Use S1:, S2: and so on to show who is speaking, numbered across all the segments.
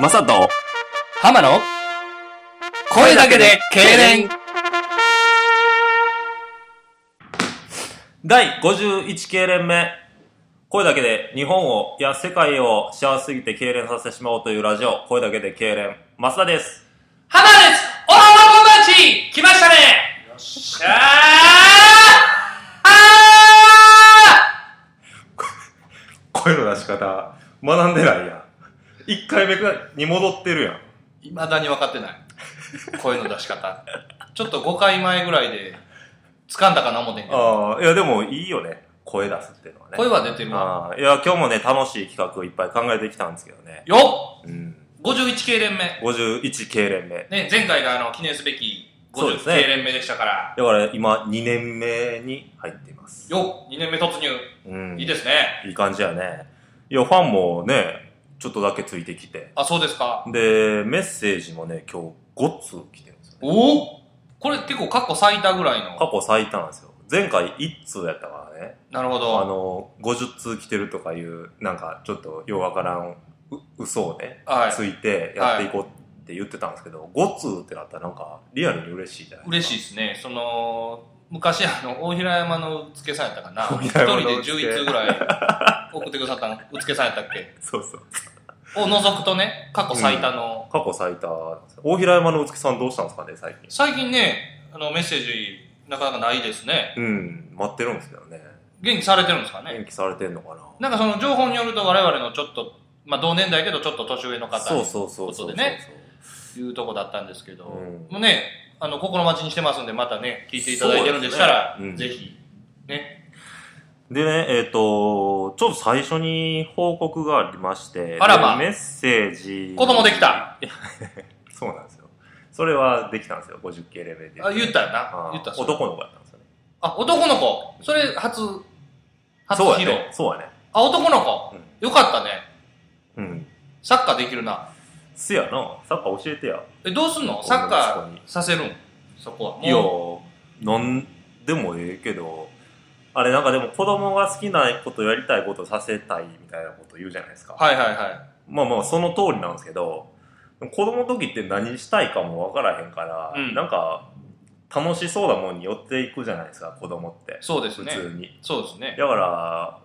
S1: マサと、
S2: 浜野声だけで痙攣
S1: 第51経連目。声だけで日本を、いや世界を幸せすぎて経連させてしまおうというラジオ、声だけで経連。マサです。
S2: 浜ですおらおらぼんばんち来ましたねよっしゃーあ
S3: 声の出し方、学んでないやん。一回目に戻ってるやん。
S4: いまだに分かってない。声の出し方。ちょっと5回前ぐらいで、掴んだかな思てんけど。
S3: ああ、いやでもいいよね。声出すっていうのはね。
S4: 声は出てるわ。
S3: ああ、いや今日もね、楽しい企画をいっぱい考えてきたんですけどね。
S4: よっ
S3: うん。
S4: !51 系連目。
S3: 51経連目。
S4: ね、前回があの、記念すべき
S3: そうですね
S4: 50系連目でしたから。
S3: だから今2年目に入っています。
S4: よっ !2 年目突入。
S3: うん。
S4: いいですね。
S3: いい感じやね。いや、ファンもね、ちょっとだけついてきて。
S4: あ、そうですか。
S3: で、メッセージもね、今日5通来てるんですよね。
S4: おおこれ結構過去最多ぐらいの。
S3: 過去最多なんですよ。前回1通やったからね。
S4: なるほ
S3: あ
S4: ど。
S3: の、50通来てるとかいう、なんかちょっとようわからんう嘘をね、
S4: はい。
S3: ついてやっていこうって言ってたんですけど、5通ってなったらなんかリアルに嬉しいじゃない
S4: 嬉しいですね。その、昔あの、大平山のうつけさんやったかな。
S3: 大
S4: 一
S3: 平
S4: 人
S3: 山
S4: で
S3: のうつけ
S4: 11通ぐらい送ってくださったのうつけさんやったっけ
S3: そうそう。
S4: を除くとね、過去最多の、
S3: 過去最多なんですよ。大平山のうつきさんどうしたんですかね、最近。
S4: 最近ね、あの、メッセージ、なかなかないですね。
S3: うん、待ってるんですけどね。
S4: 元気されてるんですかね。
S3: 延期されてんのかな。
S4: なんかその情報によると我々のちょっと、まあ同年代けどちょっと年上の方
S3: そうそうそうそうそう。
S4: ことでねいうとこだったんですけど、
S3: うん
S4: もうね、あの、心待ちにしてますんで、またね、聞いていただいてるんでしたら、
S3: そうですね
S4: ぜひ、ね。
S3: でね、えっ、と、ちょっと最初に報告がありまして、
S4: あらま
S3: でメッセージ。
S4: 子供できた。
S3: そうなんですよ。それはできたんですよ、50系レベルで。
S4: あ、言ったよ
S3: あ
S4: な。
S3: ー
S4: 言った。
S3: 男の子だったんですよね。
S4: あ、男の子。それ、初、初
S3: そう
S4: 披
S3: や
S4: 露。
S3: ね。そうやね。
S4: あ、男の子、よかったね。
S3: うん。
S4: サッカーできるな。
S3: すやな、サッカー教えてや。
S4: え、どうすんのサッカー
S3: ー。
S4: させるんそこは。もう
S3: いや、なんでもええけど、あれなんかでも子供が好きなことやりたいことさせたいみたいなこと言うじゃないですか。
S4: はいはいは
S3: まあまあその通りなんですけど、でも子供の時って何したいかもわからへんから、
S4: うん
S3: なんか楽しそうなもんに寄っていくじゃないですか、子供って
S4: い。。そうです
S3: 普
S4: ね。
S3: 通に。
S4: そうですね。
S3: だから、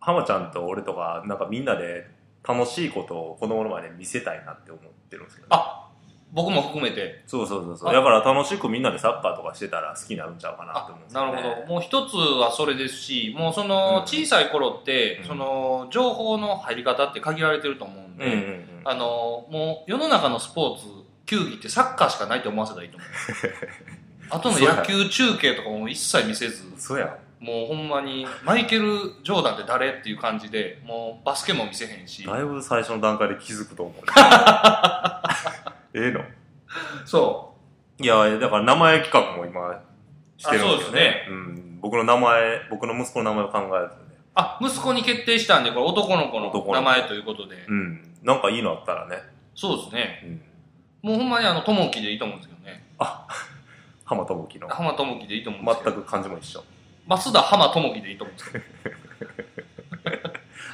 S3: 浜ちゃんと俺とか、なんかみんなで楽しいことを子供の前で見せたいなって思ってるんですけど、
S4: あ僕も含めて。
S3: そうそうそうそう。
S4: あ
S3: だから楽しくみんなでサッカーとかしてたら好きになるんちゃうかなと
S4: あ
S3: 思うんで、す
S4: な
S3: よ、
S4: る
S3: ね。
S4: ほど。もう一つはそれですし、もうそうの
S3: ん
S4: 小さい頃って、
S3: うん
S4: その情報の入り方って限られてると思うんで、
S3: うんうんうん。
S4: あの、もう世の中のスポーツ、球技ってサッカーしかないと思わせたらいいと 思う。あとの野球中継とかも一切見せず、
S3: そうやん。
S4: もうほんまにマイケル・ジョーダンって誰っていう感じで、もうバスケも見せへんし、
S3: だいぶ最初の段階で気づくと 思う。ええの
S4: そ
S3: いや、だから名前企画も今してるんです
S4: あそ
S3: よ
S4: う
S3: ね。
S4: です
S3: うん。僕の名前、僕の息子の名前を考えるとね。
S4: う。あ、息子に決定したんで、これ男の子
S3: 男
S4: の
S3: の子
S4: 名前ということで、
S3: うん。なんかいいのあったらね。
S4: そうですね。
S3: うん。
S4: もうほんまにあの、ともきでいいと思うんですけどね。
S3: 浜智樹の。
S4: 浜ともきでいいと思うんですけ
S3: 全
S4: ど。
S3: く漢字も一緒。
S4: 増田浜ともきでいいと思うんですけど。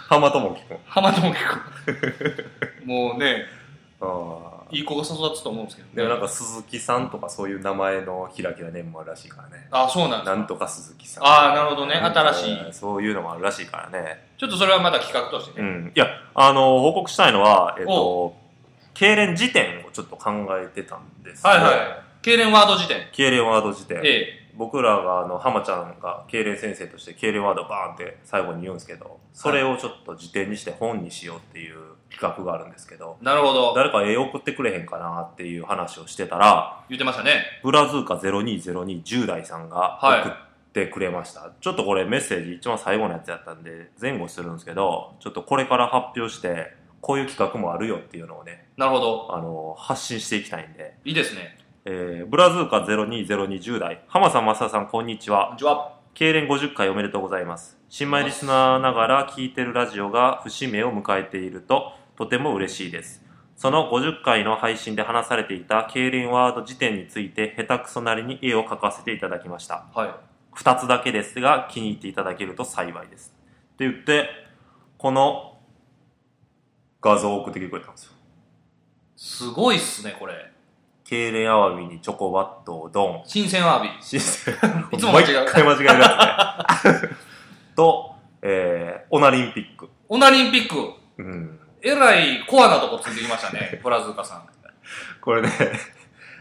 S3: 浜智樹くん。
S4: 浜ともき くん。もうね、
S3: ああ。
S4: いい子が育つと思うんですけどね。
S3: でもなんか鈴木さんとかそういう名前のキラキラネームもあるらしいからね。
S4: あ、そうなんです
S3: なんとか鈴木さん。
S4: ああ、なるほどね。新しい。
S3: うんそういうのもあるらしいからね。
S4: ちょっとそれはまだ企画として
S3: う
S4: ね。
S3: ん。いや、あの、報告したいのは、えっと、痙攣辞典をちょっと考えてたんですけど
S4: はいはい。痙攣ワード辞典。
S3: 痙攣ワード辞典。
S4: ええ。
S3: 僕らが、あの、浜ちゃんが痙攣先生として痙攣ワードをバーンって最後に言うんですけど、それをちょっと辞典にして本にしようっていう企画があるんですけど、
S4: なるほど。
S3: 誰か絵送ってくれへんかなっていう話をしてたら、
S4: 言ってましたね。
S3: ブラズーカ0202十代さんが
S4: はい
S3: 送ってくれました、ちょっとこれメッセージ一番最後のやつやったんで前後するんですけどちょっとこれから発表してこういう企画もあるよっていうのをね
S4: なるほど。
S3: あの発信していきたいんで、
S4: いいですね。
S3: えー、ブラズーカ0202十代浜さん増田さんこんにち
S4: こん
S3: は
S4: にちは。
S3: 経連50回おめでとうございます新米リスナーながら聞いてるラジオが節目を迎えているととても嬉しいですその50回の配信で話されていた経連ワード辞典について下手くそなりに絵を描かせていただきました
S4: はい。
S3: 2つだけですが気に入っていただけると幸いですって言ってこの画像を送ってきてくれたんですよ
S4: すごいっすね、これ。
S3: 痙攣アワビにチョコバットをドン。
S4: 新鮮アワビ。
S3: 新鮮。
S4: いつも間違う
S3: 毎回間違えるやつね。と、えー、オナリンピック。
S4: オナリンピック。
S3: うん。
S4: えらいコアなとこついてきました ね、ブラズーカさん。
S3: これね、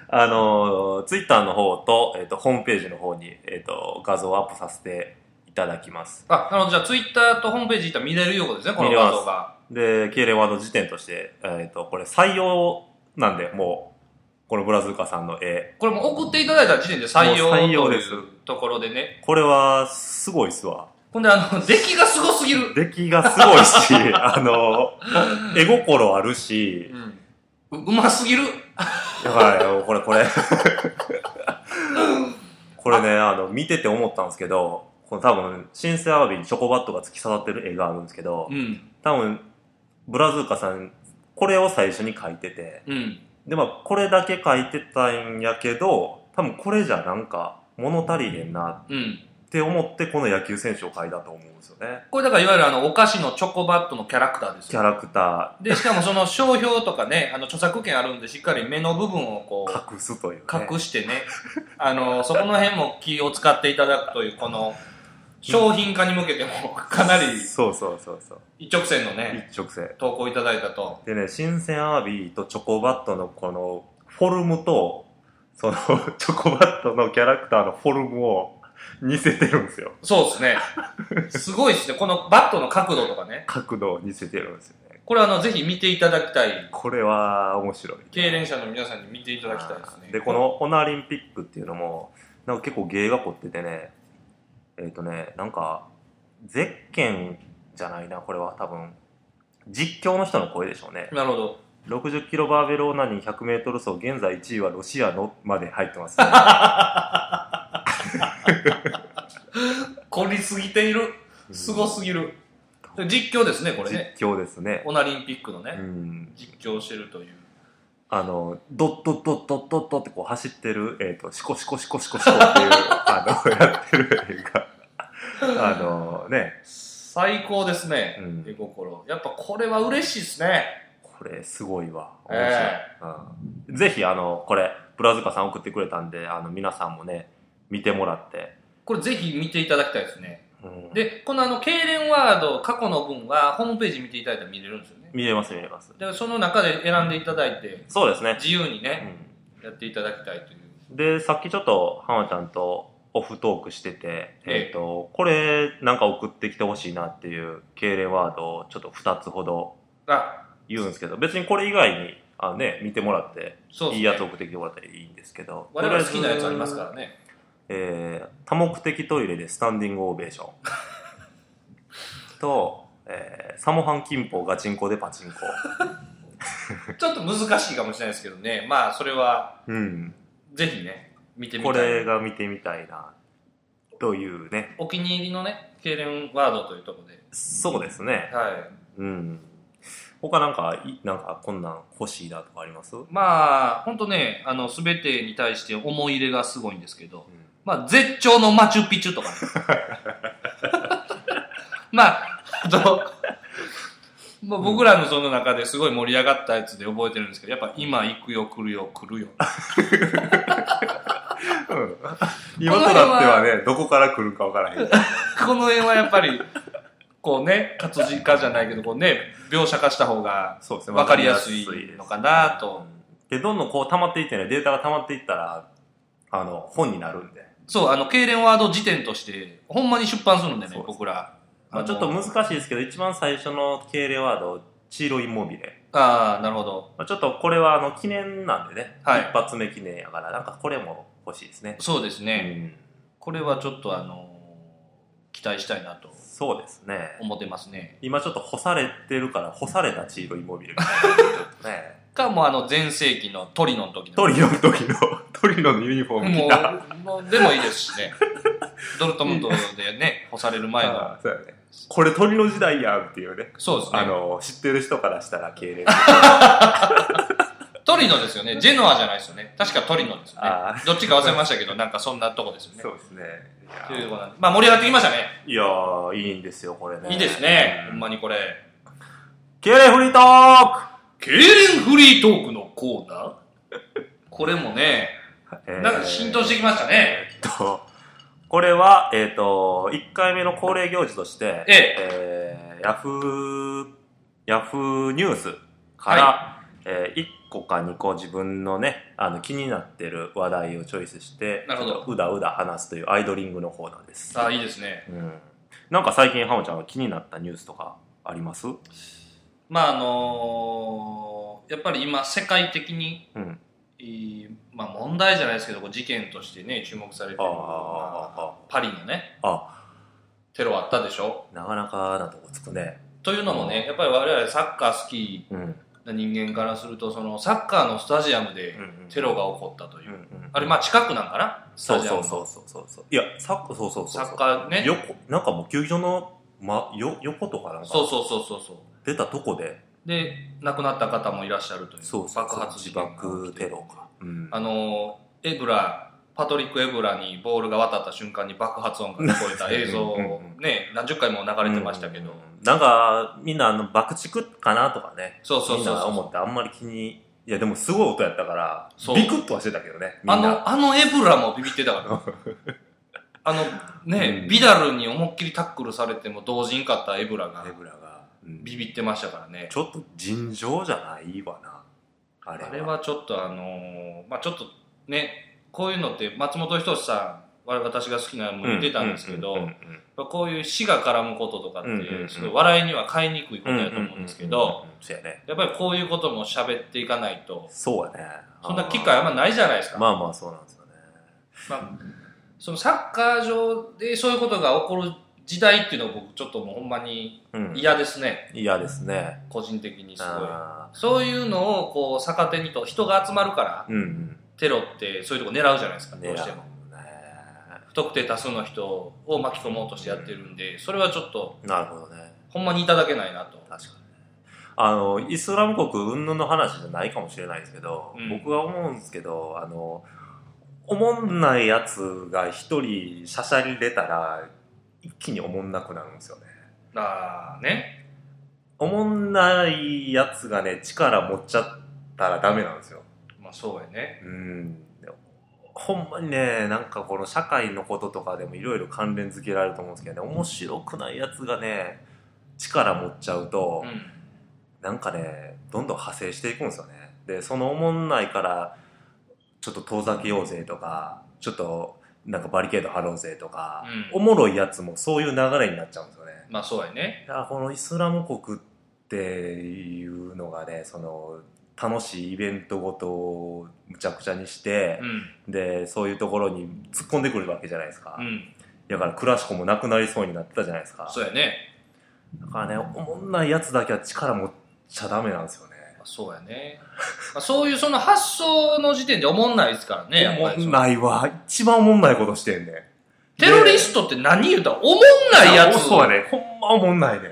S3: あのー、ツイッターの方と、えっ、と、ホームページの方に、えっ、と、画像をアップさせていただきます。
S4: あ、なるほど。じゃあ、ツイッターとホームページ行ったら見れるようですね、この
S3: 見れま
S4: 画
S3: す
S4: 像が。
S3: で、敬礼ワード辞典として、えっ、と、これ採用なんで、もう、このブラズーカさんの絵。
S4: これも送っていただいた時点で採用
S3: もう採用
S4: とい
S3: です
S4: うところでね。
S3: これは、すごいっすわ。
S4: ほんで、あの、出来がすごすぎる。
S3: 出来がすごいし、 あの、絵心あるし
S4: う、ん。ううますぎる。
S3: だから、これ、これ。 これね、あの、見てて思ったんですけど、この多分、新生アワビにチョコバットが突き刺さってる絵があるんですけど
S4: う、ん。
S3: 多分、ブラズーカさん、これを最初に描いてて、
S4: うん。
S3: で、まあ、これだけ描いてたんやけど、多分これじゃなんか、物足りへんな
S4: うん。
S3: って思って、この野球選手を描いたと思うんですよね。
S4: これだから、いわゆるあの、お菓子のチョコバットのキャラクターです
S3: キ
S4: よ。
S3: ャラクタ
S4: で、しかもその商標とかね、あの、著作権あるんで、しっかり目の部分をこう、
S3: ー、隠すという、ね。
S4: 隠してね、あの、そこの辺も気を使っていただくという、この、商品化に向けても、かなり
S3: そうそうそうそう。
S4: 一直線のね、
S3: 一直線。
S4: 投稿いただいたと。
S3: でね、新鮮アワビとチョコバットのこのフォルムと、その チョコバットのキャラクターのフォルムを似せてるんですよ。
S4: そうですね。すごいですね。このバットの角度とかね。
S3: 角度を似せてるんですよね。
S4: これあの、ぜひ見ていただきたい。
S3: これは面白い。
S4: 経連者の皆さんに見ていただきたいですね。
S3: で、こ、のオナリンピックっていうのも、なんか結構芸が凝っててね、えっ、とね、なんか、ゼッケンじゃないな、これは多分、実況の人の声でしょうね。
S4: なるほど。
S3: 60キロバーベルオナニー100メートル走、現在1位はロシアのまで入って ます、
S4: 凝りすぎている。すごすぎる。実況ですね、これね。
S3: 実況ですね。
S4: オナリンピックの
S3: う
S4: ね、
S3: ん。
S4: 実況してるという。
S3: あの、ドッドッドッドッドッドってこう走ってる、えっ、と、シコシコシコシコシコって いう、あの、やってる映画。あのね、
S4: 最高ですね
S3: う、ん
S4: 絵心。やっぱこれは嬉しいですね。
S3: これすごいわ。面白い。
S4: え
S3: うん、ぜひ、あの、これ、ブラズカさん送ってくれたんで、あの、皆さんもね、見てもらって。
S4: えこれぜひ見ていただきたいですね。
S3: うん、
S4: で、このあの、経連ワード、過去の分は、ホームページ見ていただいたら見れるんですよね。
S3: 見れます、見れます。
S4: で、その中で選んでいただいて、
S3: そうですね。
S4: 自由にね、
S3: う
S4: やっていただきたいという。
S3: ん、で、さっきちょっと、はまちゃんと、オフトークしてて、
S4: ええ
S3: えっ、と、これ、なんか送ってきてほしいなっていう、敬礼ワードをちょっと2つほど
S4: あ、
S3: 言うんですけど、別にこれ以外に、あのね、見てもらって、
S4: そうですね。
S3: いいやつ送ってきてもらったらいいんですけど。。
S4: 我々好きなやつありますかららね。
S3: えー、多目的トイレでスタンディングオベーション。 と、えー、サモハンキンポガチンコでパチンコ。
S4: ちょっと難しいかもしれないですけどね。まあ、それは、
S3: うん。
S4: ぜひね、見てみた
S3: こ
S4: い。
S3: れが見てみたいな、というね。
S4: お気に入りのね、けいれんワードというところで。
S3: そうですね。
S4: はい。
S3: うん。他なんか、いなんかこんなん欲しいなとかあります、うん、
S4: まあ、ほんとね、あの、すべてに対して思い入れがすごいんですけど、まあ、絶頂のマチュピチ ュとかね。まあ、あと、まあ、僕らのその中ですごい盛り上がったやつで覚えてるんですけど、やっぱ今行くよ来るよ来るよ。
S3: 今となってはね、どこから来るかわからへん。
S4: この辺はやっぱり、こうね、活字化じゃないけど、こうね、描写化した方が、
S3: そうですね。
S4: わかりやすいのか
S3: わ
S4: なと
S3: かりやすいです。で、どんどんこう溜まっていってね、データが溜まっていったら、あの、本になるんで。
S4: そう、あの、経連ワード辞典として、ほんまに出版するんで
S3: そう
S4: ね
S3: で、す
S4: 僕ら。
S3: まあちょっと難
S4: い。
S3: しいですけど、一番最初の敬礼ワード、チーロイモビレ。
S4: ああ、なるほど。
S3: まあちょっとこれはあの、記念なんでね。
S4: はい
S3: 一発目記念やから、なんかこれも欲しいですね。
S4: そうです
S3: う
S4: ね。
S3: ん。
S4: これはちょっとあのー期待したいなと
S3: そうですね。
S4: 思ってますね。
S3: 今ちょっと干されてるから、干されたチーロイモビレみたいな。ちょっとね。
S4: か、もうあの、前世紀のトリノの時の。
S3: トリノの時の、トリノのユニフォーム着た。
S4: もう、もうでもいいですしね。ドルトムントでね、干される前の。
S3: あーそうやね。これトリノ時代やんっていうね。
S4: そうですね。
S3: あの、知ってる人からしたら敬礼。
S4: トリノですよね。ジェノアじゃないですよね。確かトリノですよね。
S3: ああ、
S4: どっちか忘れましたけど、なんかそんなとこですよね。
S3: そうですね。
S4: というとこなんでまあ盛り上がってきましたね。
S3: いやー、いいんですよ、これね。
S4: いいですね。ほ
S3: うんん
S4: まにこれ。
S3: 敬礼フリートーク
S4: ケイレンフリートークのコーナーこれもね、
S3: えー
S4: なんか浸透してきましたね。
S3: えっと、 これは、えっ、と、1回目の恒例行事として、
S4: ええ
S3: えー、ヤフー、ヤフーニュースから、えー、1個か2個自分のね、あの、気になってる話題をチョイスして、
S4: なるほど
S3: ちょっとうだうだ話すというアイドリングの方なんです。
S4: ああ、いいですね。
S3: うん。なんか最近、ハモちゃんが気になったニュースとかあります
S4: まああのーやっぱり今世界的に、
S3: うん
S4: えーまあ問題じゃないですけどこう事件としてね注目されてる
S3: あー
S4: まあパリのね
S3: あ
S4: テロあったでしょ
S3: なかなかなとこつくね。
S4: というのもねやっぱり我々サッカー好き
S3: うん。うん
S4: な人間からするとそのサッカーのスタジアムで
S3: うん
S4: テロが起こったというう、
S3: んうん、
S4: あれまあ近くなんかなス
S3: そ
S4: タ
S3: う
S4: ジアム
S3: そ
S4: の
S3: うそうそうそうそう。いや、サッカー、そうそうそうそう。
S4: サッカーね
S3: 横、なんかもう球技場の、ま、よ、横とかなんか、
S4: そうそうそうそうそう
S3: 出たとこで、
S4: で亡くなった方もいらっしゃるという
S3: そうそうそう
S4: 爆発事
S3: 自
S4: 件が
S3: 爆
S4: 起きて
S3: テロか。うん。
S4: あのエブラパトリック・エブラにボールが渡った瞬間に爆発音が聞こえた映 像
S3: うんうん
S4: を
S3: うん
S4: ね何十回も流れてましたけど、
S3: うんなんか、みんなあの、爆竹かなとかね。
S4: そうそう
S3: みん
S4: そう
S3: な
S4: そう
S3: 思ってあんまり気に、いやでもすごい音やったから、
S4: そう
S3: ビクッとはしてたけどね。み
S4: あ
S3: んな。
S4: のあのエブラもビビってたか らあのね、
S3: うん
S4: ビダルに思いっきりタックルされても同時に勝ったエブラが
S3: レブラが、うん
S4: ビビってましたからね
S3: ちょっと尋常じゃないわな。あれは。
S4: あれはちょっとあのーまあちょっとねこういうのって松本人志さん我々私が好きなのも言ってたんですけど、
S3: うううんうんうん
S4: まあこういう死が絡むこととかっ
S3: うんうんう
S4: て、
S3: ん
S4: すごい笑いには買いにくいことだと思うんですけど、
S3: う、そうやね。
S4: やっぱりこういうことも喋っていかないと、
S3: そうやね。
S4: そんな機会あんまないじゃないですか。
S3: まあまあそうなんですよね。
S4: まあそのサッカー場でそういうことが起こる時代っていうのは僕ちょっともうほんまに
S3: うん。
S4: 嫌ですね、
S3: 嫌ですね。
S4: 個人的にすごい。
S3: あ
S4: そういうのをこう逆手にと人が集まるから
S3: ーうん
S4: テロってそういうとこ狙うじゃないですか
S3: うん。
S4: どうして
S3: ね
S4: も不特定多数の人を巻き込もうとしてやってるんでそれはちょっと
S3: なるほどね。
S4: ほんまにいただけないなと
S3: 確かにね。あの、イスラム国云々の話じゃないかもしれないですけど、
S4: うん
S3: 僕は思うんですけど、あの、思んないやつが一人しゃしゃり出たら、一気に思んなくなるんですよね。
S4: ああね
S3: 思んないやつがね、力持っちゃったらダメなんですよ。
S4: まあそうやね
S3: うん。ほんまにね、なんかこの社会のこととかでもいろいろ関連付けられると思うんですけどね、面白くないやつがね、力持っちゃうと、
S4: うん
S3: なんかね、どんどん派生していくんですよね。で、そのおもんないから、ちょっと遠ざけようぜとか、ちょっとなんかバリケード張ろうぜとか、
S4: うん
S3: おもろいやつもそういう流れになっちゃうんですよね。
S4: まあそうやね。
S3: だからこのイスラム国っていうのがねその楽しいイベントごとをむちゃくちゃにして
S4: う、ん。
S3: でそういうところに突っ込んでくるわけじゃないですか、
S4: うん。
S3: だからクラシコもなくなりそうになってたじゃないですか
S4: そうやね。
S3: だからねおもんないやつだけは力持っちゃダメなんですよね
S4: まあそうやね。まあそういうその発想の時点で思んないですからね、やっぱ
S3: お
S4: り
S3: も
S4: そ
S3: ん
S4: の。
S3: ないわ一番おもんないことしてんね
S4: テロリストって何言うたら思んないやつ。
S3: そうやねほんまおもんないね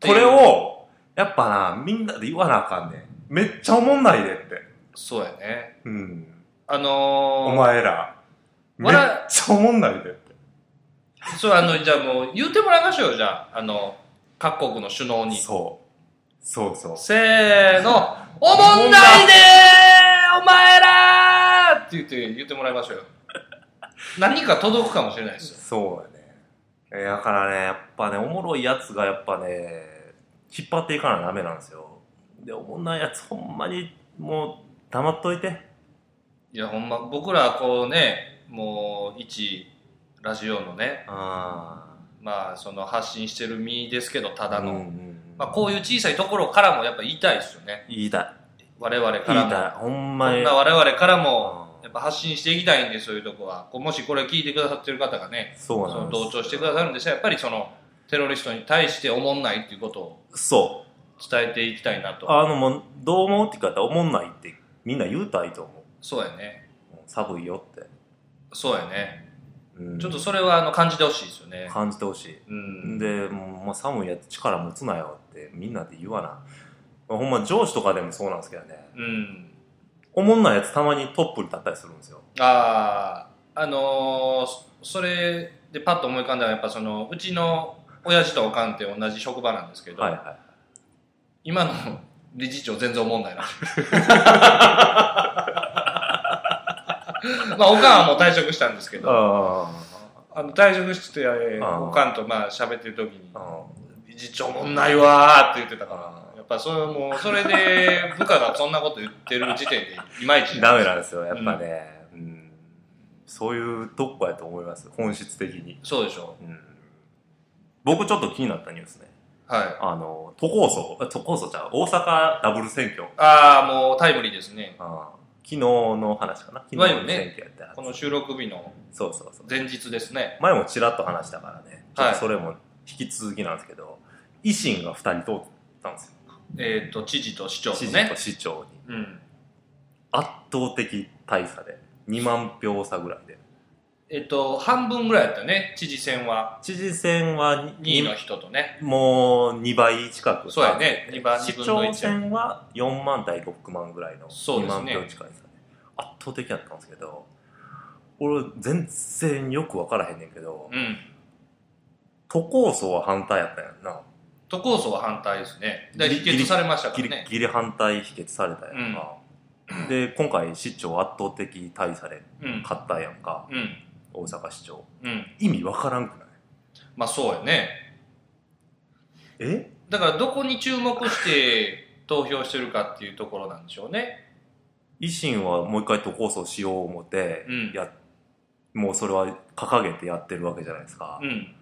S4: てい
S3: こ
S4: う
S3: れをやっぱなみんなで言わなあかんねめっちゃおもんないでって
S4: そうやね。
S3: うん
S4: あのー、
S3: お前ら、めっ
S4: 笑
S3: ちゃおもんないでって。
S4: そう、あの、じゃあもう言うてもらいましょうよ、じゃあ。あの、各国の首脳に。
S3: そう。そうそう。
S4: せーの、おもんないでーお前らーって言って、言ってもらいましょうよ。何か届くかもしれないですよ。
S3: そうやね。えだからね、やっぱね、おもろいやつがやっぱね、引っ張っていかなダメなんですよ。で、おもんないやつほんまに、もう、黙っといて。
S4: いや、ほんま、僕らこうね、もう、一、ラジオのね、
S3: あ
S4: まあ、その発信してる身ですけど、た
S3: あ
S4: だの、まあ、
S3: あ、
S4: こういう小さいところからもやっぱ言いたいですよね、
S3: 言いたい。
S4: 我々
S3: 言
S4: から
S3: い
S4: も、
S3: たい。ほん
S4: こ
S3: ま
S4: ん
S3: に
S4: な。我々からも、
S3: う
S4: やっ
S3: ん
S4: ぱ発信していきたいんで、そういうとこは、こうもしこれを聞いてくださってる方がね、
S3: そ
S4: そう
S3: なん
S4: の
S3: です
S4: 同調してくださるんでしたら、やっぱりそのテロリストに対して思んないっていうことを
S3: そ
S4: 伝えていきたいな
S3: う。
S4: と、
S3: あの、もう、どう思うって言ったら、おもんないって、みんな言うたらいいと思
S4: そうやね、
S3: う。もう寒いよって。
S4: そうやね、
S3: うん
S4: ちょっとそれはあの感じてほしいですよね。
S3: 感じてほしい。
S4: うん、
S3: で、もうまあ、寒いやつ力持つなよってみんなで言わな。まあほんま上司とかでもそうなんですけどね。
S4: うん、
S3: おもんないやつたまにトップに立ったりするんですよ。
S4: あああのーそそれでパッと思い浮かんだのはやっぱそのうちの親父とおかんって同じ職場なんですけど、
S3: はいは
S4: 今の理事長全然思んない な。まあ、おかんはもう退職したんですけど、
S3: あ
S4: あの退職して、えー
S3: あー
S4: おかんとまあ喋ってる時に
S3: あ、あ
S4: 理事長もんないわーって言ってたから、やっぱそれもう、それで部下がそんなこと言ってる時点で、いまいち。
S3: ダメなんですよやっぱね、うんそういうとこやと思います本質的に、
S4: そうでしょ。
S3: うん、僕ちょっと気になったニュースね
S4: はい。
S3: あの都構想あ都構想ちゃう大阪ダブル選挙
S4: ああ、もうタイムリーですね。
S3: ああ昨日の話かな昨日
S4: いわゆ
S3: の
S4: るね
S3: 選挙やったやつ
S4: この収録日の
S3: そうそうそう
S4: 前日ですね。
S3: 前もちらっと話したからね、ちょっ
S4: はい
S3: とそれも引き続きなんですけど、維新が2人通ったんですよ、
S4: えっ、と、知事と市長と
S3: 知事
S4: ね
S3: と。市長に。
S4: うん。
S3: 圧倒的大差で、2万票差ぐらいで。
S4: えっ、と、半分ぐらいやったね、知事選は。
S3: 知事選は
S4: 2位
S3: に
S4: の人とね。
S3: もう2倍近く
S4: そうやね
S3: 差で
S4: 2倍
S3: 市
S4: 2分の
S3: 長
S4: 1
S3: 選は4万対6万ぐらいの
S4: そう
S3: 2
S4: です
S3: 万
S4: ね
S3: 票近い差で、圧倒的だったんですけど、俺全然よく分からへんねんけど、
S4: うん。
S3: 都構想は反対やったんやんな。
S4: 都構想は反対ですね。で、
S3: ギリ
S4: 否決されましたか
S3: ギ
S4: ら
S3: リ
S4: ね。
S3: ギリ反対否決されたやんか、で今回市長圧倒的大差で
S4: うん。
S3: 勝ったやんか
S4: うん。
S3: 大阪市長
S4: うん。
S3: 意味わからんくない
S4: まあそうやね。
S3: え
S4: だからどこに注目して投票してるかっていうところなんでしょうね。
S3: 維新はもう一回都構想しよう思って、
S4: うん
S3: やもうそれは掲げてやってるわけじゃないですか、
S4: うん。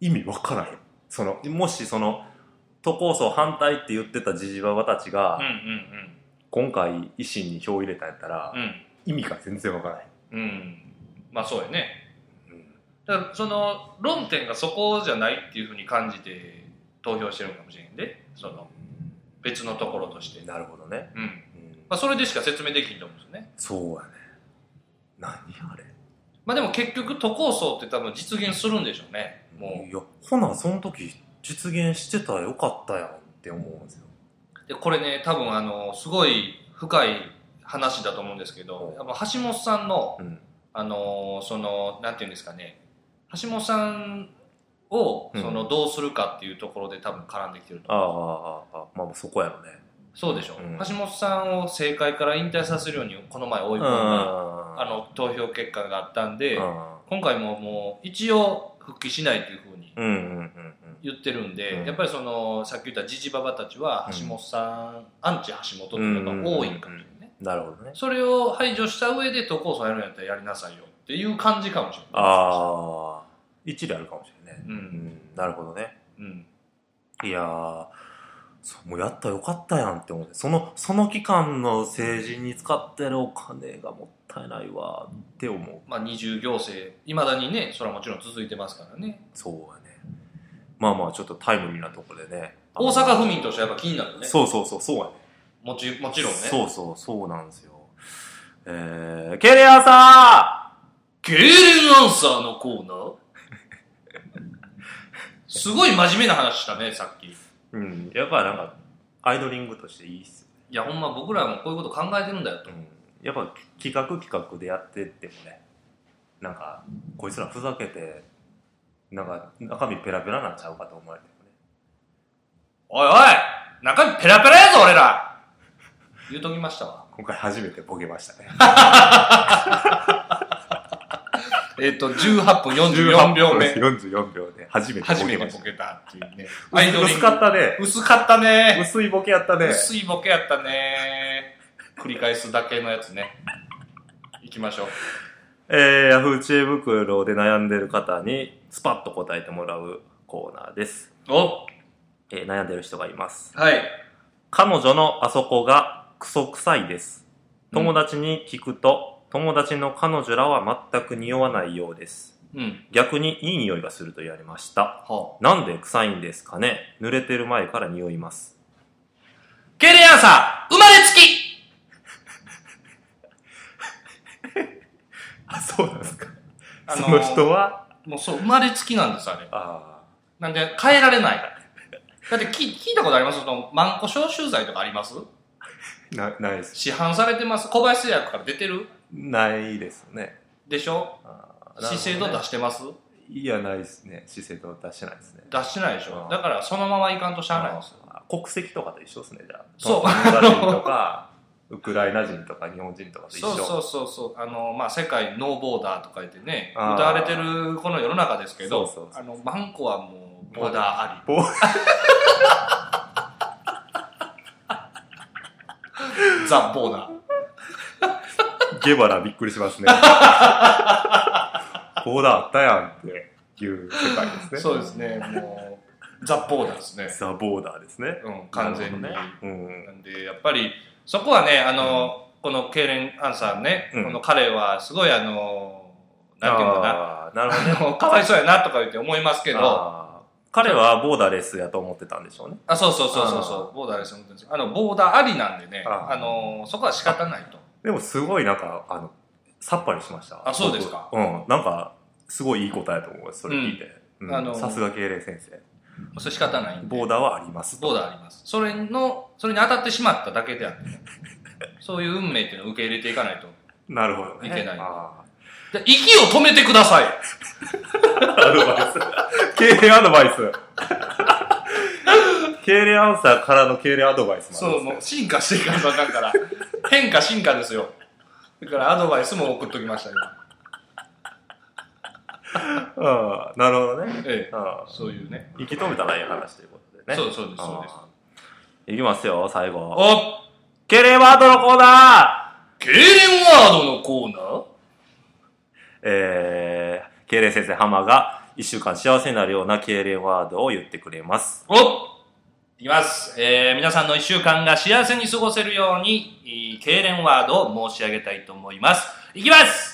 S3: 意味わからへんそのもしその都構想反対って言ってたジジババたちが、
S4: うん
S3: 今回維新に票入れたんやったら
S4: うんう、ん。
S3: 意味が全然わからへん
S4: うん。うん。まあそうやね。だからその論点がそこじゃないっていうふうに感じて投票してるのかもしれんでその別のところとして、
S3: なるほどね、
S4: うん
S3: うん
S4: まあ、それでしか説明できんと思うんですよね、
S3: そうやね何あれ
S4: まあ、でも結局都構想って多分実現するんでしょうねも
S3: いやほなその時実現してたらよかったやんって思うんですよ
S4: うでこれね多分あのすごい深い話だと思うんですけ
S3: う
S4: ど
S3: ん
S4: やっぱ橋本さんの
S3: うん
S4: あのそのなんていうんですかね橋本さんを
S3: うん
S4: そのどうするかっていうところで多分絡んできてると思う
S3: ああああああまあそこやろね
S4: そうでしょ、
S3: うん
S4: 橋本さんを政界から引退させるようにこの前追
S3: う
S4: い込ん
S3: ん
S4: だ、あ
S3: あ
S4: の投票結果があったんで、
S3: の
S4: 今回ももう一応復帰しないというふうに
S3: うんうんうんうん
S4: 言ってるんで、
S3: うん
S4: やっぱりそのさっき言ったジジババたちは
S3: うん
S4: 橋本さん、アンチ橋本っていうのが多いんかもしれないね、
S3: うんなるほどね
S4: それを排除した上で都構想やるんやったらやりなさいよっていう感じかもしれない
S3: ああ一理あるかもしれないね
S4: う
S3: うんんなるほどね
S4: うん
S3: いやーそうもうやったらよかったやんって思ってそのその期間の政治に使ってるお金がもったいないわって思う
S4: まあ二重行政いまだにねそれはもちろん続いてますからね
S3: そうやねまあまあちょっとタイムリーなとこでね
S4: 大阪府民としてはやっぱ気になるね
S3: そうそうそうそうやね
S4: もちもちろんね
S3: そうそう、そうなんですよ。えー、ケリアさ
S4: ゲーレンアンサーのコーナーすごい真面目な話したね、さっき。い
S3: んうん、やっぱなんか、アイドリングとしていいっす
S4: や、ほんま僕らもこういうこと考えてるんだよと
S3: よ。。うん。やっぱ企画企画でやってってもね、なんか、こいつらふざけて、なんか、中身ペラペラなんちゃうかと思われてもね。
S4: おいおい中身ペラペラやぞ、俺ら言うときましたわ。
S3: 今回初めてボケましたね。
S4: えっ、と、18分44 秒目。
S3: 44秒で、初めて
S4: 初
S3: ボ
S4: め
S3: ケ
S4: て
S3: まし
S4: ボ
S3: た。
S4: ケたっていうね。
S3: 薄かったね。
S4: 薄かったね。
S3: 薄いボケやったね。
S4: 薄いボケやったね。繰り返すだけのやつね。行きましょう。
S3: えー、ヤフー知恵袋で悩んでる方に、スパッと答えてもらうコーナーです。
S4: お
S3: えー悩んでる人がいます。
S4: はい。
S3: 彼女のあそこがクソ臭いです。友達に聞くと、友達の彼女らは全く匂わないようです。
S4: うん。
S3: 逆にいい匂いがすると言われました。
S4: は
S3: なんで臭いんですかね濡れてる前から匂います。
S4: ゲーレンアンサー、生まれつき
S3: あ、そうなん ですか。
S4: あのー
S3: その人は
S4: もうそう、生まれつきなんです、あれ。
S3: あ
S4: なんで、変えられない。だって聞、聞いたことありますその、マンコ消臭剤とかあります
S3: あ、な、ないです。
S4: 市販されてます小林製薬から出てる
S3: ないですね。
S4: でしょ
S3: あー
S4: 資生堂出してます
S3: いや、ないですね。資生堂出してないですね。
S4: 出してないでし
S3: う
S4: ょ
S3: ん
S4: だから、そのままいかんとしゃあないんですよ。
S3: あー国籍とかと一緒ですね、じゃあ。
S4: そう
S3: トンガ人とか、 ウクライナ人とか日本人とかと一緒。
S4: そうそうそうそうあの、まあ、世界ノーボーダーとか言ってね
S3: あー
S4: 歌われてるこの世の中ですけど
S3: そうそうそ
S4: あのマンコはもうボーダーあ
S3: ボ
S4: り ザ・ボーダー
S3: ゲバラびっくりします ね。こうだったやんっていう世界ですね。
S4: そうですね、もう、ザ・ボーダーですね。
S3: ザ・ボーダーですね。
S4: うん、完全に。
S3: なる
S4: な
S3: ほどね。うん。
S4: んで、やっぱり、そこはね、あの、このケイレン・アンさんね、
S3: うん
S4: この彼は、すごいあの、なんていうの
S3: あ
S4: か
S3: ーなるほどね。
S4: な、もうかわいそうやなとか言って思いますけど、あ
S3: あー彼はボーダーレスやと思ってたんでしょうね。
S4: そうそうそうそうそう、ボーダーです、本当に。あの、ボーダーありなんでね、
S3: あ
S4: あの、そこは仕方ないと。
S3: でもすごいなんか、あの、さっぱりしました。
S4: あそうですか
S3: 僕うん。なんか、すごいいい答えだと思う、それ聞いて。うん
S4: あの
S3: さすが敬礼先生。
S4: それ仕方ないんで。
S3: ボーダーはあります。
S4: ボーダーあります。それの、それに当たってしまっただけであってね、そういう運命っていうのを受け入れていかないと。
S3: なるほどね。
S4: いけない
S3: あ
S4: で息を止めてください
S3: ーアドバイス。 敬礼アドバイス。敬礼アンサーからの敬礼アドバイスもあ
S4: そう、
S3: るん
S4: も
S3: で
S4: う
S3: す
S4: 進化していかんとあかん から。変化進化ですよ。だからアドバイスも送っときましたよ。
S3: ね。うん。なるほどね。
S4: ええ。
S3: うん。
S4: そういうね。
S3: 生き止めたらいい話ということでね。
S4: そうそうです、そうです。
S3: あーいきますよ、最後。
S4: お
S3: 敬礼ワードのコーナー
S4: けいれんワードのコーナー
S3: えー、敬礼先生ハマが一週間幸せになるような敬礼ワードを言ってくれます。
S4: おいきます。えー、皆さんの一週間が幸せに過ごせるように、いいけいれんワードを申し上げたいと思います。いきます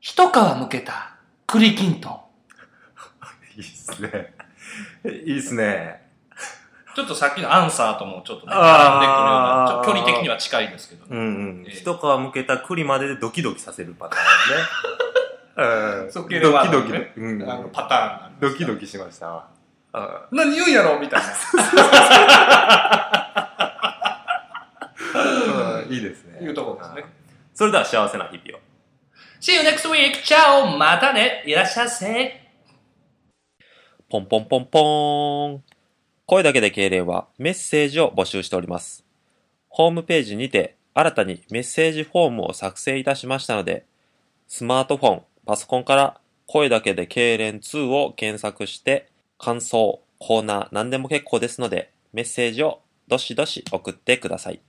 S4: 一皮むけた栗きんとん。
S3: いいっすね。 いいっすね。
S4: ちょっとさっきのアンサーともちょっとね、
S3: あー
S4: 絡んでくるような、ちょっと距離的には近いですけどね。
S3: うんうん。
S4: ええ
S3: 一皮むけた栗まででドキドキさせるパターンね。う ん。
S4: そっ
S3: ド
S4: けるワ
S3: キ
S4: ード
S3: ド
S4: ね
S3: キで。うん。
S4: あのパターンなんで
S3: ド
S4: す
S3: キ
S4: が
S3: ドキしました。あ
S4: 何言うんやろみたいな
S3: ーうんいいですね。
S4: いうとこですね。
S3: それでは幸せな日々を。
S4: See you next week! チャオまたねいらっしゃいせ
S5: ポンポンポンポーン。声だけで敬礼はメッセージを募集しております。ホームページにて新たにメッセージフォームを作成いたしましたので、スマートフォン、パソコンから声だけで敬礼2を検索して、感想、コーナー、何でも結構ですので、メッセージをどしどし送ってください。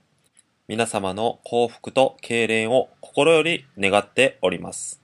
S5: 皆様の幸福と敬礼を心より願っております。